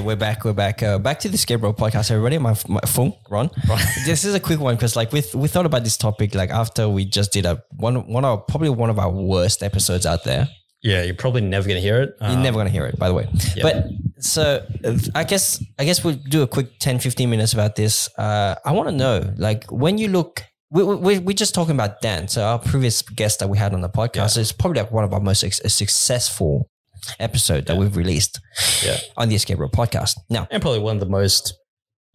we're back. We're back. Uh, back to the Scape Road podcast, everybody. My, my phone, Ron. this is a quick one because, like, we we thought about this topic like after we just did a one one of probably one of our worst episodes out there. Yeah, you're probably never going to hear it. You're Um, never gonna hear it, by the way. yeah. But so uh, I guess I guess we'll do a quick 10, 15 minutes about this. Uh, I want to know, like, when you look, we, we, we're just talking about Dan. So our previous guest that we had on the podcast Yeah. so it's probably like one of our most ex- successful episode that Yeah. we've released Yeah. on the Escape Road podcast. Now, and probably one of the most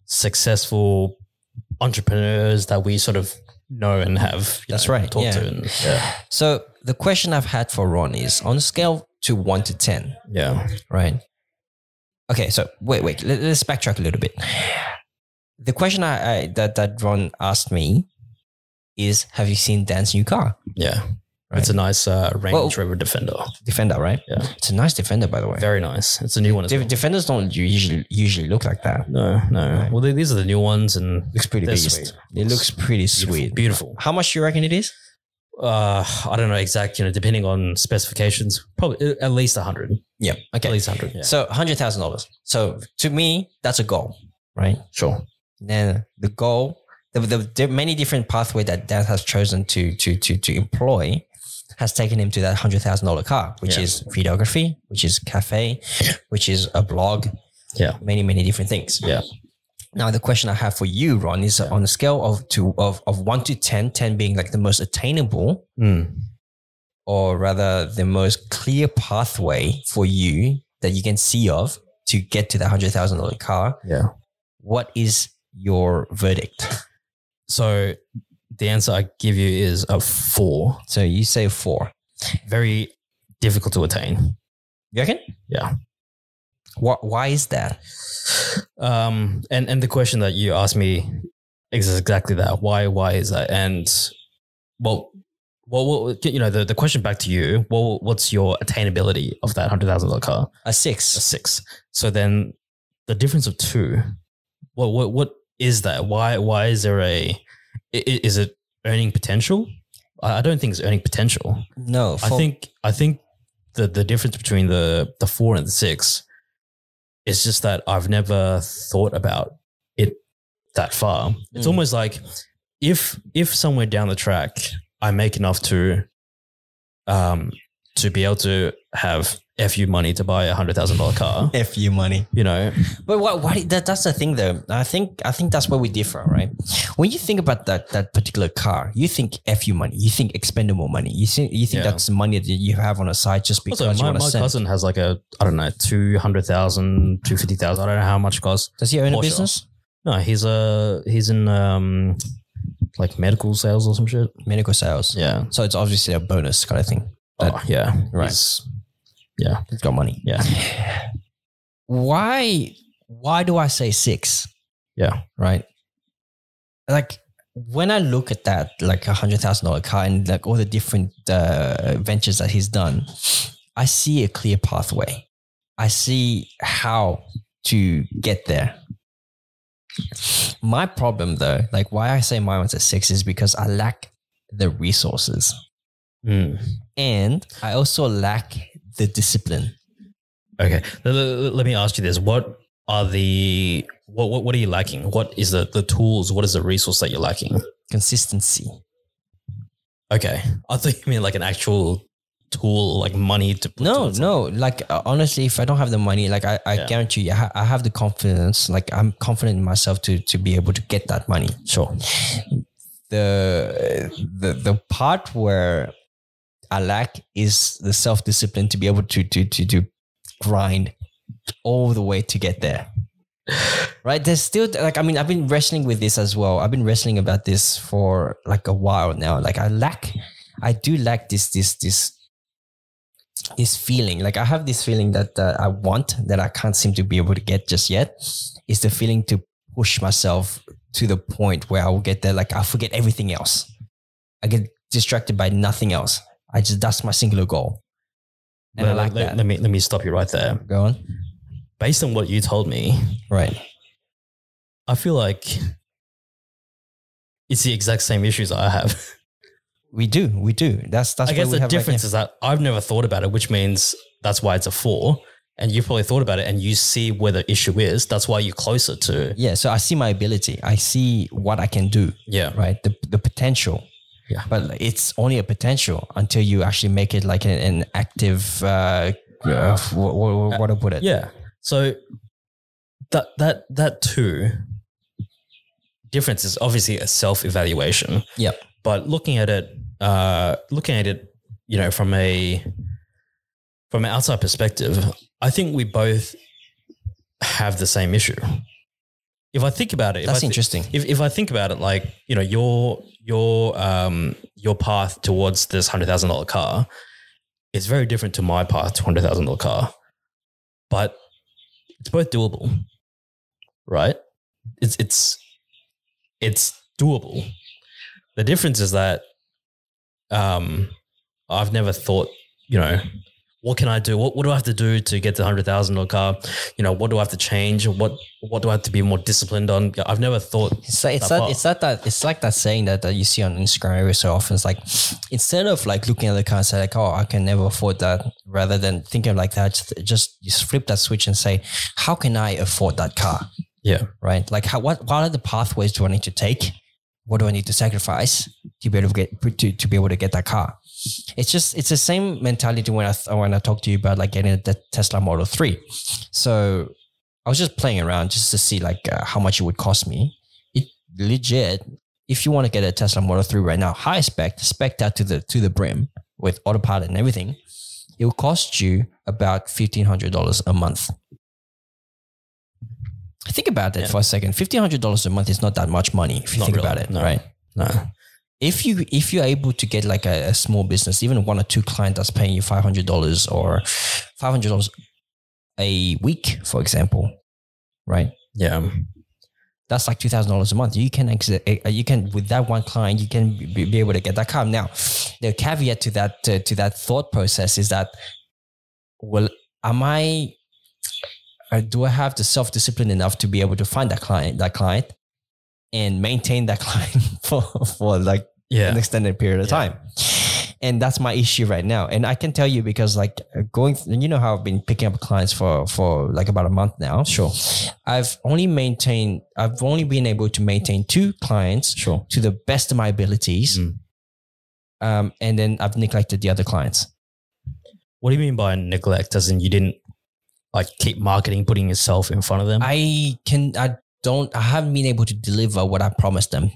successful entrepreneurs that we sort of know and have. you That's know, right, Talk yeah. to and yeah, so the question I've had for Ron is on a scale to one to ten, yeah. Right. Okay, so wait, wait. Let, us backtrack a little bit. The question I, I that that Ron asked me is, "Have you seen Dan's new car, Yeah. It's a nice uh, Range Well- Rover Defender. Defender?" Right. Yeah. It's a nice Defender, by the way. Very nice. It's a new one as De- well. Defenders don't usually usually look like that. No, no. Right. Well, they- these are the new ones and Looks pretty They're beast. sweet. It looks pretty sweet. Beautiful. How much do you reckon it is? Uh, I don't know exact, you know, depending on specifications, probably uh, at least 100. Yeah. At Okay. least 100. Yeah. So hundred thousand dollars. So to me, that's a goal, right? sure. then the goal the, the, the many different pathway that Dan has chosen to to to to employ has taken him to that hundred thousand dollar car, which Yeah. is videography, which is cafe, which is a blog, Yeah. many many different things. Yeah. Now the question I have for you, Ron, is on a scale of to of of one to 10, 10 being like the most attainable, Mm. or rather the most clear pathway for you that you can see of to get to that hundred thousand dollar car. Yeah. What is your verdict? So the answer I give you is a four. So you say four. Very difficult to attain. You reckon? Yeah. Why, why is that? Um, and and the question that you asked me is exactly that. Why? Why is that? And well, well, well you know, the, the question back to you. Well, what's your attainability of that hundred thousand dollar car? A A six. six. So then, the difference of two. What what what is that? Why why is there a? i- i- Is it earning potential? I I don't think it's earning potential. No, I for- think I think the the difference between the the four and the six is just that I've never thought about it that far. It's Mm. almost like if if somewhere down the track I make enough to um to be able to have fu money to buy a hundred thousand dollar car, F you money. you know, But why, why did- that, that's the thing though. I think I think that's where we differ, right? When you think about that that particular car, you think F you money, you think expendable money. You think you think Yeah. that's money that you have on a side just because also you my, want to my send. cousin has like a I don't know two hundred thousand, two fifty thousand. I don't know how much it costs. Does he own a Porsche. business? No, he's a he's in um like medical sales or some shit. Medical sales. Yeah. So it's obviously a bonus kind of thing. Oh, That- yeah. right. It's- He's got money. Yeah. Why why do I say six? Yeah. Right. Like when I look at that, like a hundred thousand dollar car and like all the different uh, ventures that he's done, I see a clear pathway. I see how to get there. My problem though, like why I say my one's at six is because I lack the resources Mm. and I also lack the discipline. Okay. Let, let- let me ask you this. What are the what, what what are you lacking? What is the the tools? What is the resource that you're lacking? consistency. Okay. I thought you mean like an actual tool, like money to put No, towards it. no. Like uh, honestly, if I don't have the money, like I, I Yeah. guarantee you, I, ha- I have the confidence. Like I'm confident in myself to to be able to get that money. Sure. The the the part where I lack is the self discipline to be able to to to to grind all the way to get there. Right? There's still like I mean I've been wrestling with this as well. I've been wrestling about this for like a while now. Like I lack I do lack this this this this feeling. Like I have this feeling that uh, I want that I can't seem to be able to get just yet. Is the feeling to push myself to the point where I will get there. Like I forget everything else. I get distracted by nothing else. I just that's my singular goal. And I Let- like let- that. let me let me stop you right there. Go on. Based on what you told me, Right. I feel like it's the exact same issues I have. We do. We do. That's that's I where guess we the have, like, difference is that I've never thought about it, which means that's why it's a four. and you've probably thought about it and you see where the issue is. That's why you're closer to Yeah. So I see my ability. I see what I can do, yeah. right? The, the potential. Yeah. But it's only a potential until you actually make it like an, an active, uh, uh, what, what, what to put it? Yeah. So that that that too difference is obviously a self evaluation. Yep. But looking at it, uh, looking at it, you know, from a from an outside perspective, I think we both have the same issue. If I think about it, if I That's thi- interesting. if, if I think about it, like you know, your your um your path towards this hundred thousand dollar car is very different to my path to hundred thousand dollar car, but it's both doable, right? It's it's it's doable. The difference is that um I've never thought, you know, what can I do? What what do I have to do to get the hundred thousand dollar car? You know, what do I have to change? What what do I have to be more disciplined on? I've never thought It's like, it's That that, part. it's that, that it's like that saying that, that you see on Instagram every so often. It's like instead of like looking at the car and say like, oh, I can never afford that, rather than thinking like that, just, just you flip that switch and say, how can I afford that car? Yeah. Right. Like how what what are the pathways do I need to take? What do I need to sacrifice to be able to get to, to be able to get that car? It's just it's the same mentality when I th- when I talk to you about like getting the Tesla Model Three. So I was just playing around just to see like uh, how much it would cost me it legit. If you want to get a Tesla Model 3 right now, high spec, spec out to the to the brim with autopilot and everything, it will cost you about fifteen hundred dollars a month. Think about that Yeah. for a second. Fifteen hundred dollars a month is not that much money if you Not think really, about it, no. right? no. if you if you're able to get like a, a small business, even one or two clients that's paying you five hundred dollars or five hundred dollars a week, for example, right? Yeah. Um, That's like two thousand dollars a month. You can ex- uh, you can with that one client, you can be, be able to get that car. Now, the caveat to that to, to that thought process is that, well, am I? uh, Do I have the self discipline enough to be able to find that client, that client, and maintain that client for for like Yeah. an extended period of Yeah. time. And that's my issue right now. And I can tell you because like going, th- you know how I've been picking up clients for for like about a month now. Sure. I've only maintained, I've only been able to maintain two clients Sure. to the best of my abilities. Mm. Um, and then I've neglected the other clients. Mm. What do you mean by neglect? As in you didn't like keep marketing, putting yourself in front of them? I can, I don't, I haven't been able to deliver what I promised them.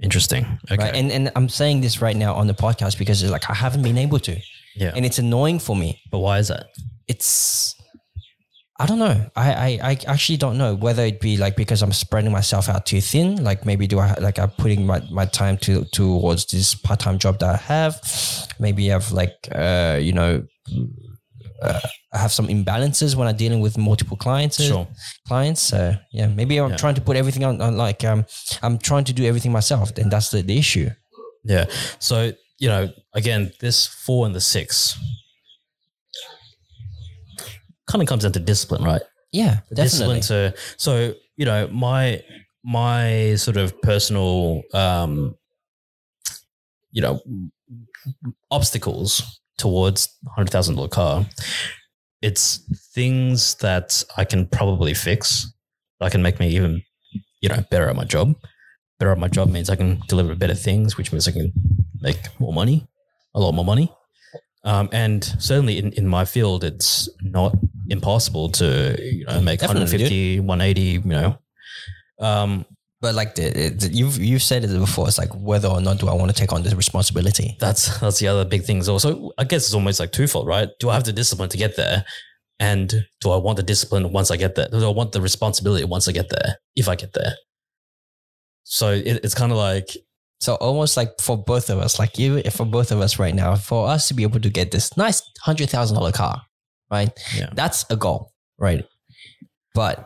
Interesting. Okay. Right. And, and I'm saying this right now on the podcast because it's like, I haven't been able to, yeah. and it's annoying for me. but why is that? it's I don't know. I, I I actually don't know whether it be like because I'm spreading myself out too thin. Like maybe do I like I'm putting my, my time to towards this part time job that I have. Maybe I've like uh you know uh, I have some imbalances when I'm dealing with multiple clients. Sure. Clients. So yeah, maybe I'm Yeah. trying to put everything on, on like um I'm trying to do everything myself, and that's the, the issue. Yeah. So, you know, again, this four and the six kind of comes down to discipline, right? Yeah, Discipline definitely. to so, you know, my my sort of personal um you know obstacles towards hundred thousand dollar car. It's things that I can probably fix. I can make me even, you know, better at my job. Better at my job means I can deliver better things, which means I can make more money, a lot more money. Um, and certainly in, in my field, it's not impossible to, you know, make Definitely, 150, 180, you know. Um, But like the, the, you've you've said it before. It's like whether or not do I want to take on this responsibility. that's that's the other big thing. is Also, I guess it's almost like twofold, right? Do I have the discipline to get there, and do I want the discipline once I get there? Do I want the responsibility once I get there? If I get there, so it, it's kind of like So almost like for both of us, like you, for both of us right now, for us to be able to get this nice hundred thousand dollar car, right? Yeah. That's a goal, right? But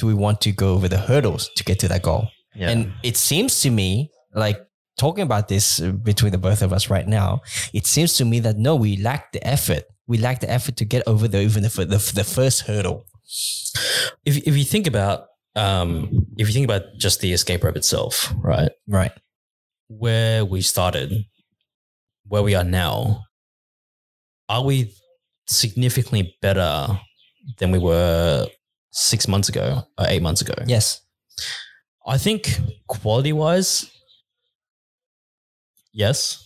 do we want to go over the hurdles to get to that goal? yeah, And it seems to me like talking about this uh, between the both of us right now, it seems to me that no, we lack the effort. We lack the effort to get over the even the, fir- the, the first hurdle. if if you think about um, if you think about just the escape rope itself, right? Right. Where we started, where we are now, are we significantly better than we were six months ago or eight months ago. Yes. I think quality wise, yes.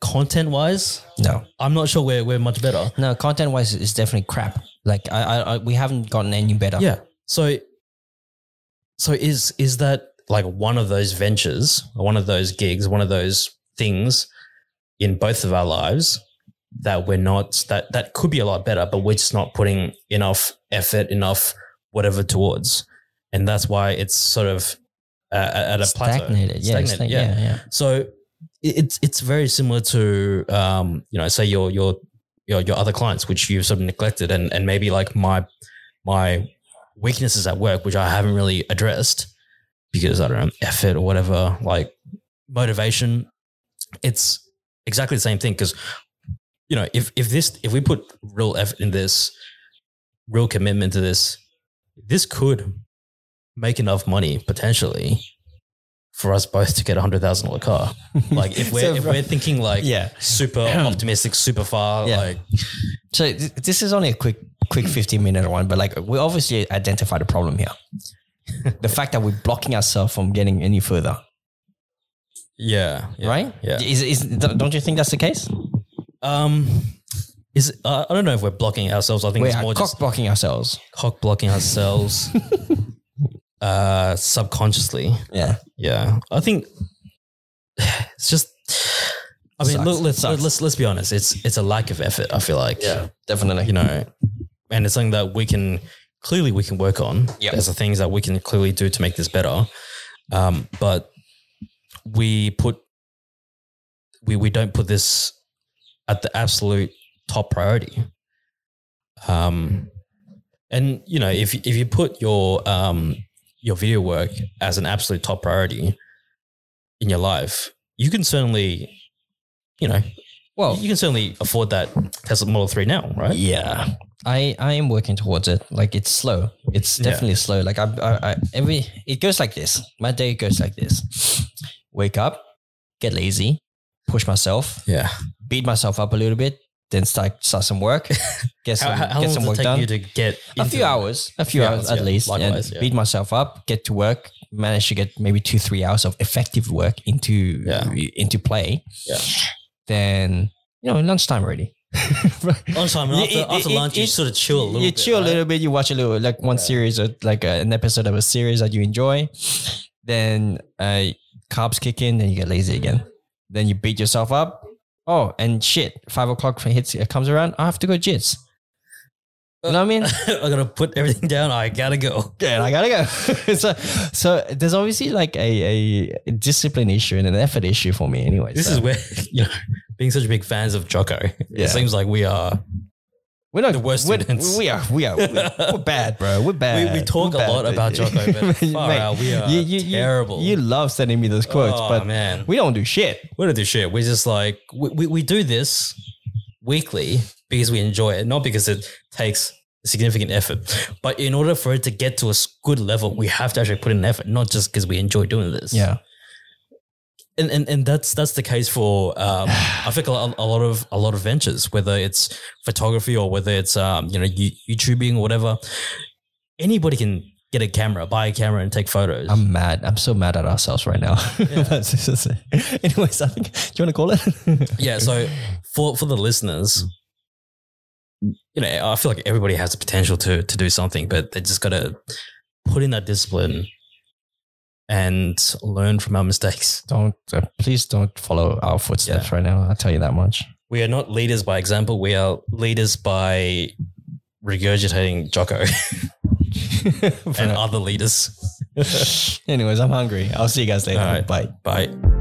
Content wise, No. I'm not sure we're, we're much better. No. Content wise, it's definitely crap. Like I, I, I, we haven't gotten any better. Yeah. So, so is is that like one of those ventures, one of those gigs, one of those things in both of our lives that we're not that that could be a lot better, but we're just not putting enough effort, enough whatever towards, and that's why it's sort of uh, at a plateau. Stagnated. Yeah. Stagnant, stag- yeah. yeah. Yeah. So it- it's it's very similar to um, you know, say your your your your other clients, which you've sort of neglected, and and maybe like my my weaknesses at work, which I haven't really addressed because I don't know effort or whatever, like motivation. It's exactly the same thing because you know if if this if we put real effort in this, real commitment to this, this could make enough money potentially for us both to get a hundred thousand dollar car. Like if we're So if from- we're thinking like yeah. super optimistic, super far, Yeah. like So th- this is only a quick, quick 15 minute one, but like we obviously identified the problem here. the fact that we're blocking ourselves from getting any further, yeah, yeah. right? yeah. Is, is, don't you think that's the case? Um, is uh, I don't know if we're blocking ourselves. I think We it's are more cock just blocking ourselves. cock blocking ourselves, uh, subconsciously. Yeah. Yeah, I think it's just. I mean, Sucks. look, let's Sucks. let's let's be honest. It's it's a lack of effort. I feel like. Definitely. you know, and it's something that we can clearly we can work on. Yeah. There's the things that we can clearly do to make this better. Um, but we put we we don't put this at the absolute top priority. Um, and you know, if if you put your um your video work as an absolute top priority in your life, you can certainly, you know, Well, you can certainly afford that Tesla Model Three now, right? Oh. yeah. I, I am working towards it. Like it's slow. It's Yeah. definitely slow. Like I, I, I every it goes like this. My day goes like this. Wake up, get lazy, push myself, Yeah. beat myself up a little bit, then start start some work, get some how, how- how get long some does work it take done. you to get a into few the- hours, a few Yeah, hours yeah, at least. and likewise, yeah. Beat myself up, get to work, manage to get maybe two three hours of effective work into Yeah. into play. Yeah. Then you know lunchtime already. Lunchtime Yeah, after, it- after it- lunch, you it- sort of chill a little. you bit, chill right? a little bit. You watch a little like one Yeah. series or like a, an episode of a series that you enjoy. Then uh, carbs kick in, then you get lazy again. Then you beat yourself up. Oh, and shit, five o'clock hits it comes around. I have to go jits. You know what I mean? I gotta put everything down. I gotta go. Yeah, I gotta go. so, so there's obviously like a, a discipline issue and an effort issue for me, anyway. This so. is where you know, being such big fans of Jocko, Yeah. it seems like we are. we're not the worst we're- students. We are, we are, we're, we're bad, bro. We're bad. We, we talk We're a bad. lot about Jocko, but Mate, far out, we are you- you- you- terrible. You love sending me those quotes, oh, but man, we don't do shit. we don't do shit. We're just like we, we, we do this weekly because we enjoy it, not because it takes significant effort. But in order for it to get to a s- good level, we have to actually put in effort, not just because we enjoy doing this. and and, and that's that's the case for um, I think a, lo- a lot of a lot of ventures, whether it's photography or whether it's um, you know you, YouTubing or whatever. Anybody can get a camera, buy a camera, and take photos. I'm mad. I'm so mad at ourselves right now. Yeah. That's just- Anyways, I think do you want to call it? yeah so for for the listeners you know i feel like everybody has the potential to to do something but they just gotta put in that discipline and learn from our mistakes don't uh, please don't follow our footsteps right now. I'll tell you that much. we are not leaders by example we are leaders by regurgitating jocko and other leaders Anyways, I'm hungry. I'll see you guys later. All right. Bye. bye